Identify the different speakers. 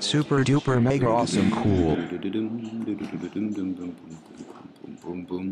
Speaker 1: Super duper mega awesome cool.
Speaker 2: Boom, boom, boom, boom, boom, boom, boom, boom, boom, boom.